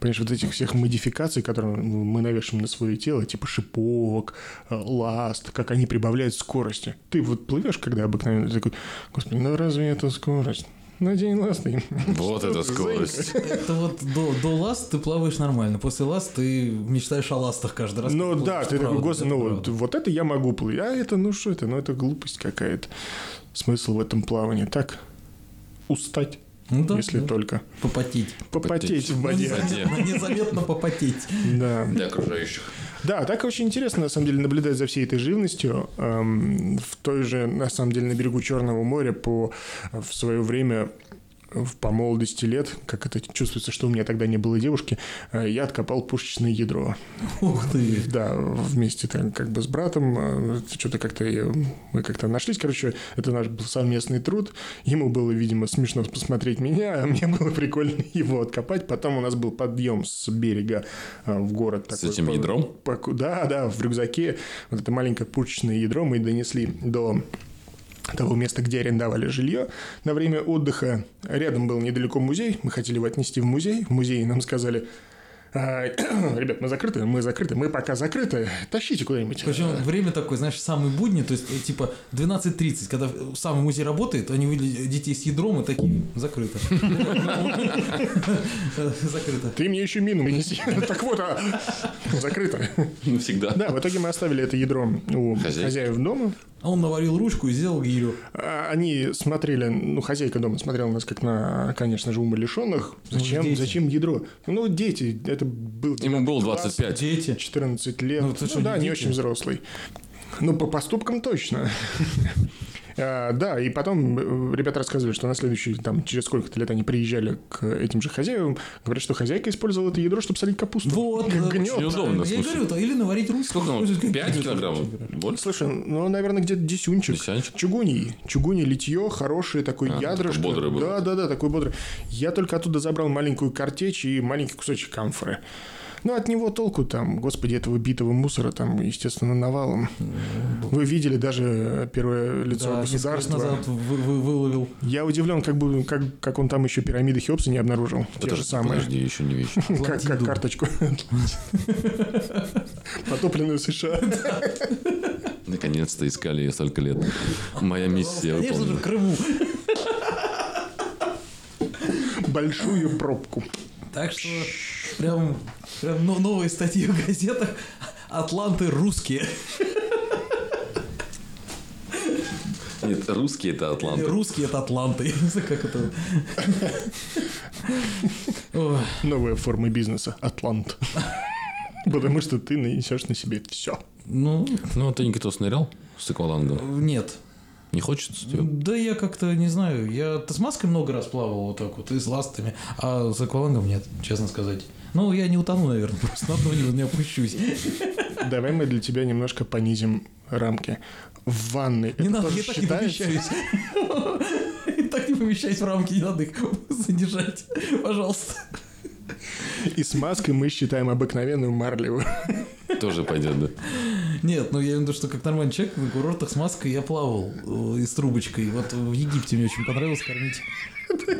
[SPEAKER 3] Понимаешь, вот этих всех модификаций, которые мы навешиваем на свое тело, типа шиповок, э, ласт, как они прибавляют скорости. Ты вот плывешь, когда обыкновенно, ты такой, господи, ну разве это скорость? Надень ласты.
[SPEAKER 1] Вот
[SPEAKER 3] Что
[SPEAKER 1] это
[SPEAKER 3] ты,
[SPEAKER 1] скорость.
[SPEAKER 2] Это вот до, до ласт ты плаваешь нормально, после ласт ты мечтаешь о ластах каждый раз.
[SPEAKER 3] Ну
[SPEAKER 2] как
[SPEAKER 3] да,
[SPEAKER 2] плаваешь.
[SPEAKER 3] ты такой,
[SPEAKER 2] Правда,
[SPEAKER 3] господи,
[SPEAKER 2] это
[SPEAKER 3] ну
[SPEAKER 2] правда.
[SPEAKER 3] вот, вот это я могу плыть, а это, ну что это, ну это глупость какая-то. Смысл в этом плавании, так? Устать,
[SPEAKER 2] Ну да,
[SPEAKER 3] если
[SPEAKER 2] да.
[SPEAKER 3] только.
[SPEAKER 2] попотеть.
[SPEAKER 3] Попотеть в
[SPEAKER 2] Ну,
[SPEAKER 3] воде.
[SPEAKER 2] незаметно- Незаметно попотеть.
[SPEAKER 3] Да.
[SPEAKER 1] Для окружающих.
[SPEAKER 3] да, так очень интересно, на самом деле, наблюдать за всей этой живностью. Эм, в той же, на самом деле, на берегу Черного моря по, э, в свое время в- по молодости лет, как это чувствуется, что у меня тогда не было девушки, э, я откопал пушечное ядро.
[SPEAKER 2] Ух ты.
[SPEAKER 3] Да, вместе там как бы с братом, э, что-то как-то я- мы как-то нашлись, короче, это наш был совместный труд, ему было, видимо, смешно посмотреть меня, а мне было прикольно его откопать, потом у нас был подъем с берега а, в город.
[SPEAKER 1] С этим ядром?
[SPEAKER 3] Паку- Да, да, в рюкзаке вот это маленькое пушечное ядро мы донесли до того места, где арендовали жилье на время отдыха. Рядом был недалеко музей, мы хотели его отнести в музей. В музее нам сказали, «А, ребят, мы закрыты, мы закрыты, мы пока закрыты, тащите куда-нибудь.
[SPEAKER 2] Причем время такое, знаешь, самый будний, то есть, э, типа, 12.30, когда э, самый музей работает, они увидели детей с ядром и такие, закрыто. Закрыто.
[SPEAKER 3] Ты мне еще мину неси. Так вот, а, закрыто.
[SPEAKER 1] Навсегда.
[SPEAKER 3] Да, в итоге мы оставили это ядро у
[SPEAKER 1] Хозяйки.
[SPEAKER 3] хозяев дома.
[SPEAKER 2] А он наварил ручку и сделал гирю.
[SPEAKER 3] А, Они смотрели, ну, хозяйка дома смотрела нас как на, конечно же, умалишенных. Зачем,
[SPEAKER 2] Ну, дети.
[SPEAKER 3] зачем ядро? Ну, дети, это был
[SPEAKER 1] Ему было
[SPEAKER 3] 20,
[SPEAKER 1] 25.
[SPEAKER 2] Дети.
[SPEAKER 3] 14 лет.
[SPEAKER 2] Ну,
[SPEAKER 3] Ну,
[SPEAKER 2] ты что,
[SPEAKER 3] да,
[SPEAKER 2] не
[SPEAKER 3] не
[SPEAKER 2] дети?
[SPEAKER 3] очень взрослый. Ну, по поступкам точно. А, Да, и потом э, ребята рассказывали, что на следующий, там, через сколько-то лет они приезжали к этим же хозяевам, говорят, что хозяйка использовала это ядро, чтобы солить капусту.
[SPEAKER 2] Вот.
[SPEAKER 3] Как
[SPEAKER 2] да,
[SPEAKER 3] гнёт.
[SPEAKER 2] очень
[SPEAKER 1] Неудобно,
[SPEAKER 2] Я и
[SPEAKER 1] слушай.
[SPEAKER 2] говорю, то или наварить ручку.
[SPEAKER 1] Сколько он?
[SPEAKER 2] использовать как
[SPEAKER 1] 5
[SPEAKER 2] гирю.
[SPEAKER 1] килограммов? Больше?
[SPEAKER 3] Слушай, ну, наверное, где-то десюнчик.
[SPEAKER 1] Десянчик?
[SPEAKER 3] Чугуний. Чугуний литье, хорошее такое
[SPEAKER 1] А,
[SPEAKER 3] ядрышко.
[SPEAKER 1] такое бодрое было.
[SPEAKER 3] Да, да, да, такой бодрый. Я только оттуда забрал маленькую картечь и маленький кусочек камфоры. Ну, от него толку там, господи, этого битого мусора там, естественно, навалом. Вы видели даже первое
[SPEAKER 2] Да,
[SPEAKER 3] лицо
[SPEAKER 2] несколько лет
[SPEAKER 3] государства.
[SPEAKER 2] назад вы- вы- выловил.
[SPEAKER 3] Я удивлен, как, бы, как, как он там еще пирамиды Хеопса не обнаружил. Те же
[SPEAKER 1] Подожди,
[SPEAKER 3] самые.
[SPEAKER 1] подожди, я еще не вещь.
[SPEAKER 3] Как, как
[SPEAKER 2] Атлантиду.
[SPEAKER 3] карточку. Потопленную США.
[SPEAKER 1] Наконец-то искали ее столько лет. Моя миссия
[SPEAKER 2] Конечно же, в
[SPEAKER 1] выполнена.
[SPEAKER 2] Крыму.
[SPEAKER 3] Большую пробку.
[SPEAKER 2] Так что прям, прям но- новые статьи в газетах. Атланты русские.
[SPEAKER 1] Нет, русские это атланты.
[SPEAKER 2] Русские это атланты. Я не знаю, как это. Ой,
[SPEAKER 3] Новая форма бизнеса. Атлант. Потому что ты нанесешь на себе все.
[SPEAKER 2] Ну,
[SPEAKER 1] Ну, а ты, Никита, снырял с аквалангом?
[SPEAKER 2] нет.
[SPEAKER 1] Не хочется тебе?
[SPEAKER 2] Да я как-то не знаю. Я ты с маской много раз плавал вот так вот, и с ластами, а с аквалангом нет, честно сказать. Ну, я не утону, наверное, просто на дно не, не опущусь.
[SPEAKER 3] Давай мы для тебя немножко понизим рамки. В ванной.
[SPEAKER 2] Не
[SPEAKER 3] это
[SPEAKER 2] надо,
[SPEAKER 3] тоже
[SPEAKER 2] я так не
[SPEAKER 3] считается?
[SPEAKER 2] помещаюсь. Я так не помещаюсь в рамки, не надо их задержать. Пожалуйста.
[SPEAKER 3] И с маской мы считаем обыкновенную марлевую.
[SPEAKER 1] Тоже пойдет, да?
[SPEAKER 2] Нет, ну я имею в виду, что как нормальный человек на курортах с маской я плавал э, и с трубочкой. Вот в Египте мне очень понравилось кормить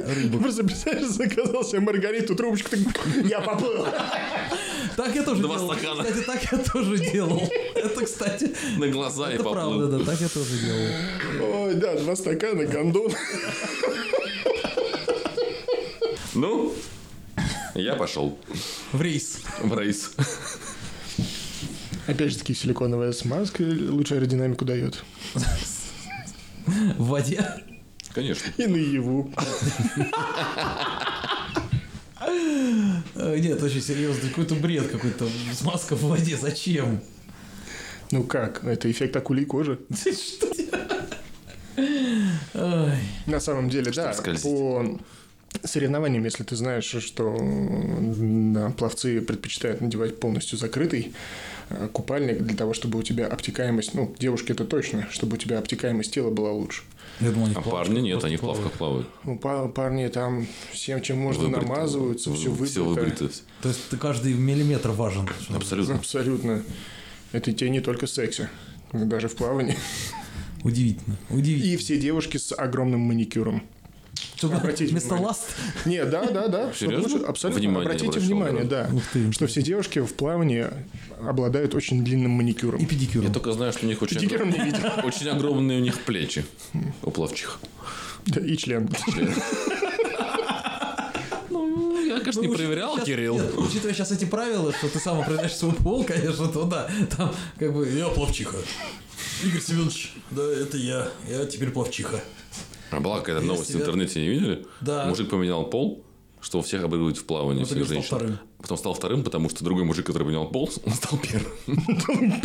[SPEAKER 2] рыбу.
[SPEAKER 3] Просто представляешь, заказал себе Маргариту, трубочку, так, я поплыл.
[SPEAKER 2] Так я тоже
[SPEAKER 1] Два
[SPEAKER 2] делал.
[SPEAKER 1] стакана.
[SPEAKER 2] Кстати, так я тоже делал. Это, кстати,
[SPEAKER 1] На глаза и
[SPEAKER 2] это правда,
[SPEAKER 1] поплыл.
[SPEAKER 2] да, так я тоже делал.
[SPEAKER 3] Ой, да, два стакана, гондон.
[SPEAKER 1] Ну, я пошел
[SPEAKER 2] В рейс.
[SPEAKER 1] в рейс.
[SPEAKER 3] Опять же таки, силиконовая смазка лучшую аэродинамику дает.
[SPEAKER 2] В воде.
[SPEAKER 1] Конечно.
[SPEAKER 3] И наяву.
[SPEAKER 2] Э, Нет, очень серьезно, какой-то бред какой-то. Смазка в воде, зачем?
[SPEAKER 3] Ну как, это эффект акулей кожи.
[SPEAKER 2] Что? Ой.
[SPEAKER 3] На самом деле, да,
[SPEAKER 1] скользить.
[SPEAKER 3] по соревнованиям, если ты знаешь, что да, пловцы предпочитают надевать полностью закрытый э, купальник для того, чтобы у тебя обтекаемость, ну, девушки это точно, чтобы у тебя обтекаемость тела была лучше.
[SPEAKER 2] Я думал, они
[SPEAKER 1] А
[SPEAKER 2] в плавках,
[SPEAKER 1] парни нет,
[SPEAKER 2] просто
[SPEAKER 1] они в плавках плавают.
[SPEAKER 3] Ну, па- парни там всем, чем можно,
[SPEAKER 1] Выбрито.
[SPEAKER 3] намазываются, все
[SPEAKER 1] В-
[SPEAKER 3] выбрито.
[SPEAKER 1] Все выбрито.
[SPEAKER 2] То есть ты каждый миллиметр важен.
[SPEAKER 1] Абсолютно.
[SPEAKER 3] Абсолютно. Это тебе не только в сексе, даже в плавании.
[SPEAKER 2] Удивительно. Удивительно.
[SPEAKER 3] И все девушки с огромным маникюром.
[SPEAKER 2] Чтобы
[SPEAKER 3] обратите
[SPEAKER 2] вместо
[SPEAKER 3] внимание.
[SPEAKER 2] ласт
[SPEAKER 3] Не, да, да, да. чтоб
[SPEAKER 1] Серьезно?
[SPEAKER 3] лучше- Абсолютно.
[SPEAKER 1] Внимание
[SPEAKER 3] Обратите
[SPEAKER 1] обращал,
[SPEAKER 3] внимание, да.
[SPEAKER 2] Ух ты,
[SPEAKER 3] Что все девушки в плавании обладают очень длинным
[SPEAKER 2] и
[SPEAKER 3] маникюром.
[SPEAKER 2] педикюр.
[SPEAKER 1] Я только знаю, что у них очень,
[SPEAKER 3] Педикюром не видел.
[SPEAKER 1] огром- очень огромные у них плечи у плавчих.
[SPEAKER 3] Да, и член.
[SPEAKER 1] Ну, я, конечно, не проверял,
[SPEAKER 2] Щас-
[SPEAKER 1] Кирилл.
[SPEAKER 2] нет, учитывая сейчас эти правила, что ты сам определяешь свой пол, конечно, то да. Там как бы я плавчиха. Игорь Семенович, да, это я. Я теперь плавчиха.
[SPEAKER 1] А была какая-то
[SPEAKER 2] Я
[SPEAKER 1] новость в
[SPEAKER 2] себя-
[SPEAKER 1] интернете, не видели?
[SPEAKER 2] Да.
[SPEAKER 1] Мужик поменял пол, что у всех обрывают в плавании
[SPEAKER 2] Вот
[SPEAKER 1] всех
[SPEAKER 2] Игорь стал
[SPEAKER 1] женщин.
[SPEAKER 2] вторым.
[SPEAKER 1] Потом стал вторым, потому что другой мужик, который поменял пол, он стал первым.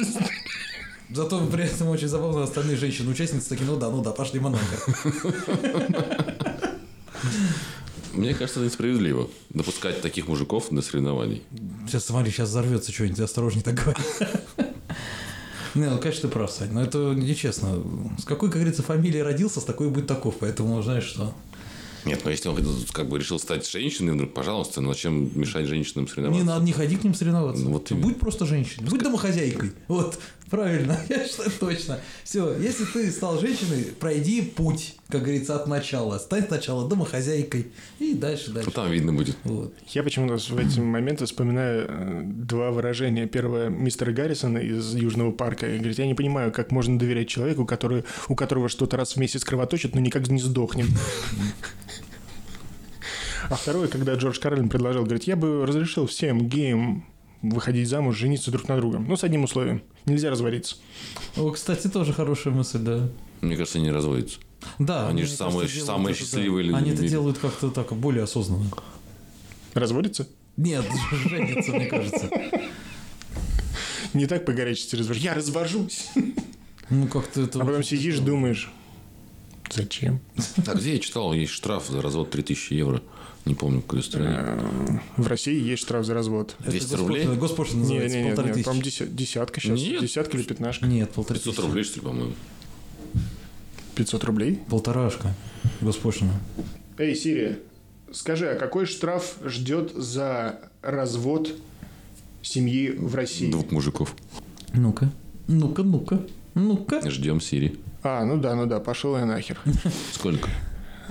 [SPEAKER 2] Зато при этом очень забавно остальные женщины-участницы такие, ну да, ну да, пошли монахи.
[SPEAKER 1] Мне кажется, это несправедливо. Допускать таких мужиков до соревнований.
[SPEAKER 2] Сейчас, смотри, сейчас взорвется что-нибудь, осторожнее так говори. Не, ну, конечно, ты прав, Сань, но это нечестно. С какой, как говорится, фамилией родился, с такой и будет таков, поэтому, знаешь что...
[SPEAKER 1] Нет, ну если он как бы решил стать женщиной, вдруг, пожалуйста, но зачем мешать женщинам
[SPEAKER 2] Не
[SPEAKER 1] соревноваться?
[SPEAKER 2] надо, не ходи к ним соревноваться.
[SPEAKER 1] Ну, вот
[SPEAKER 2] Ты
[SPEAKER 1] именно.
[SPEAKER 2] будь просто женщиной. Будь домохозяйкой. Вот, правильно. Я считаю, точно. Все, если ты стал женщиной, пройди путь, как говорится, от начала. Стань сначала домохозяйкой и дальше,
[SPEAKER 1] Ну,
[SPEAKER 2] дальше.
[SPEAKER 1] там видно будет.
[SPEAKER 2] Вот.
[SPEAKER 3] Я почему-то в эти моменты вспоминаю э, два выражения. Первое мистера Гаррисона из Южного парка. И Говорит, я не понимаю, как можно доверять человеку, который, у которого что-то раз в месяц кровоточит, но никак не сдохнем. А второе, когда Джордж Карлин предложил, говорит, я бы разрешил всем геям выходить замуж, жениться друг на другом. Но с одним условием. Нельзя разводиться.
[SPEAKER 2] О, кстати, тоже хорошая мысль, да.
[SPEAKER 1] Мне кажется, они разводятся.
[SPEAKER 2] Да.
[SPEAKER 1] Они
[SPEAKER 2] мне
[SPEAKER 1] же самые-
[SPEAKER 2] кажется, делают
[SPEAKER 1] самые
[SPEAKER 2] это, да.
[SPEAKER 1] счастливые люди
[SPEAKER 2] Они
[SPEAKER 1] в
[SPEAKER 2] это
[SPEAKER 1] мире.
[SPEAKER 2] делают как-то так, более осознанно.
[SPEAKER 3] Разводиться?
[SPEAKER 2] Нет, женятся, мне кажется.
[SPEAKER 3] Не так по горячести развожу. Я развожусь.
[SPEAKER 2] Ну, как-то это...
[SPEAKER 3] А потом сидишь, думаешь, зачем?
[SPEAKER 1] А где я читал, есть штраф за развод 3000 евро. Не помню, в какой стране.
[SPEAKER 3] Э, В России есть штраф за развод.
[SPEAKER 2] это
[SPEAKER 1] 200
[SPEAKER 2] госпошлина-
[SPEAKER 1] рублей?
[SPEAKER 2] Госпошлина
[SPEAKER 3] Не,
[SPEAKER 2] называется,
[SPEAKER 3] не, не,
[SPEAKER 2] полторы
[SPEAKER 3] не, там
[SPEAKER 2] тысячи.
[SPEAKER 3] деся- десятка сейчас.
[SPEAKER 1] Нет.
[SPEAKER 3] Десятка или пятнашка?
[SPEAKER 2] Нет, полторы
[SPEAKER 1] 500
[SPEAKER 2] тысячи.
[SPEAKER 1] рублей, что ли, по-моему?
[SPEAKER 3] 500 рублей.
[SPEAKER 2] Полторашка. Госпошлина.
[SPEAKER 3] Эй, Сирия, скажи, а какой штраф ждет за развод семьи в России?
[SPEAKER 2] Ну.
[SPEAKER 1] Двух мужиков.
[SPEAKER 2] Ну-ка. Ну-ка, ну-ка. Ну-ка.
[SPEAKER 1] Ждем Сири.
[SPEAKER 3] А, ну да, ну да, пошел я нахер.
[SPEAKER 1] Сколько?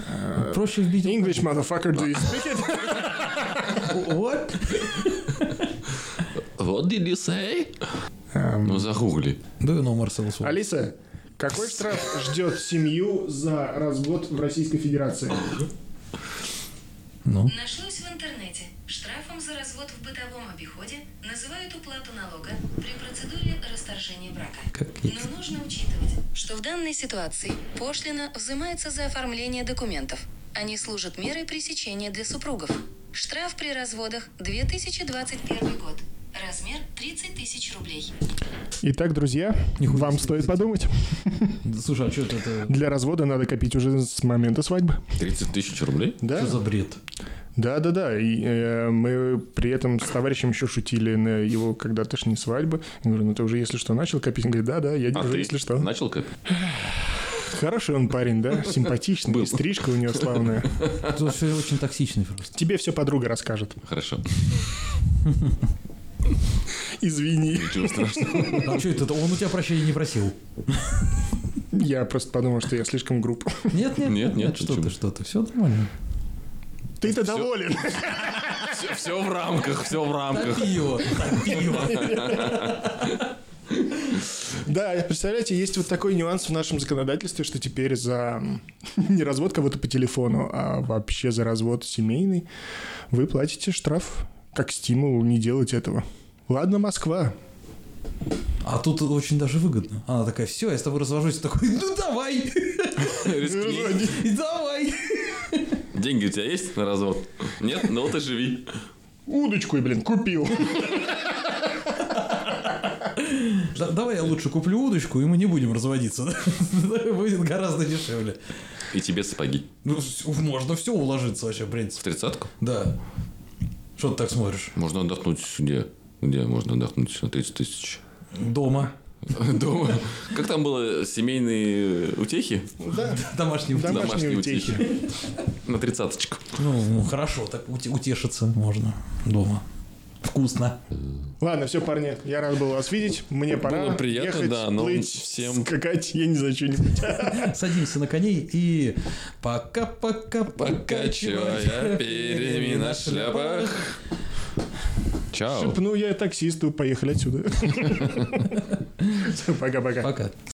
[SPEAKER 1] А.
[SPEAKER 2] Проще вбить...
[SPEAKER 3] English motherfucker, do you speak it?
[SPEAKER 2] Вот.
[SPEAKER 1] What did you say?
[SPEAKER 3] Эм,
[SPEAKER 1] Ну, загугли.
[SPEAKER 2] Да you know Marcel Swan?
[SPEAKER 3] Алиса, какой штраф ждет семью за развод в Российской Федерации?
[SPEAKER 2] Ну.
[SPEAKER 4] Нашлось в интернете. Штрафом за развод в бытовом обиходе называют уплату налога при процедуре расторжения брака.
[SPEAKER 2] Как
[SPEAKER 4] Но нужно учитывать, что в данной ситуации пошлина взимается за оформление документов. Они служат мерой пресечения для супругов. Штраф при разводах 2021 год. Размер 30 тысяч рублей.
[SPEAKER 3] Итак, друзья,
[SPEAKER 2] Нихуя
[SPEAKER 3] вам
[SPEAKER 2] себе.
[SPEAKER 3] стоит подумать.
[SPEAKER 2] Да Слушай, а что это, это-
[SPEAKER 3] Для развода надо копить уже с момента свадьбы.
[SPEAKER 1] 30 тысяч рублей?
[SPEAKER 3] Да?
[SPEAKER 2] что за бред?
[SPEAKER 3] Да, да, да. И э, мы при этом с товарищем еще шутили на его когда не свадьбы. Я говорю, ну ты уже если что начал копить. Он говорит, да, да, я
[SPEAKER 1] А
[SPEAKER 3] держу,
[SPEAKER 1] ты
[SPEAKER 3] Ну, если что.
[SPEAKER 1] начал копить?
[SPEAKER 3] Хороший он парень, да? Симпатичный,
[SPEAKER 1] Был.
[SPEAKER 3] и стрижка у него славная.
[SPEAKER 2] Это все очень токсичный просто.
[SPEAKER 3] Тебе все подруга расскажет.
[SPEAKER 1] Хорошо.
[SPEAKER 3] Извини.
[SPEAKER 1] Ничего страшного.
[SPEAKER 2] А что это? Он у тебя прощения не просил.
[SPEAKER 3] Я просто подумал, что я слишком груб.
[SPEAKER 2] Нет, нет,
[SPEAKER 1] Нет, нет,
[SPEAKER 2] что
[SPEAKER 1] почему?
[SPEAKER 2] ты, что ты. Все нормально.
[SPEAKER 3] Ты-то доволен.
[SPEAKER 1] Все, в рамках, все в рамках.
[SPEAKER 2] Топи его, топи его.
[SPEAKER 3] Да, представляете, есть вот такой нюанс в нашем законодательстве, что теперь за не развод кого-то по телефону, а вообще за развод семейный вы платите штраф как стимул не делать этого. Ладно, Москва.
[SPEAKER 2] А тут очень даже выгодно. Она такая, все, я с тобой развожусь. Такой, ну давай.
[SPEAKER 1] Рискни.
[SPEAKER 2] И давай.
[SPEAKER 1] Деньги у тебя есть на развод? Нет? Ну вот и живи.
[SPEAKER 3] Удочку, и, блин, купил.
[SPEAKER 2] Да- Давай я лучше куплю удочку, и мы не будем разводиться. Будет гораздо дешевле.
[SPEAKER 1] И тебе сапоги.
[SPEAKER 2] Ну, с- можно все уложиться вообще, в
[SPEAKER 1] В
[SPEAKER 2] принципе.
[SPEAKER 1] тридцатку?
[SPEAKER 2] Да. Что ты так смотришь?
[SPEAKER 1] Можно отдохнуть где? Где можно отдохнуть на 30 тысяч?
[SPEAKER 2] Дома.
[SPEAKER 1] Дома. Как там было? Семейные утехи?
[SPEAKER 3] Да,
[SPEAKER 2] Домашний
[SPEAKER 3] Да.
[SPEAKER 2] утех.
[SPEAKER 1] Домашние
[SPEAKER 3] Домашние утехи.
[SPEAKER 1] утехи. На тридцаточку.
[SPEAKER 2] Ну, ну, хорошо, так уте- утешиться можно дома. Вкусно.
[SPEAKER 3] Ладно, все, парни, я рад был вас видеть. Мне пора
[SPEAKER 1] Было приятно,
[SPEAKER 3] ехать,
[SPEAKER 1] да, но
[SPEAKER 3] плыть,
[SPEAKER 1] всем-
[SPEAKER 3] скакать, я не знаю, что-нибудь.
[SPEAKER 2] Садимся на коней и пока-пока
[SPEAKER 1] Покачивая перьями на шляпах. Чао.
[SPEAKER 3] Ну, Шепну я таксисту, поехали отсюда. Пока-пока.
[SPEAKER 2] Пока.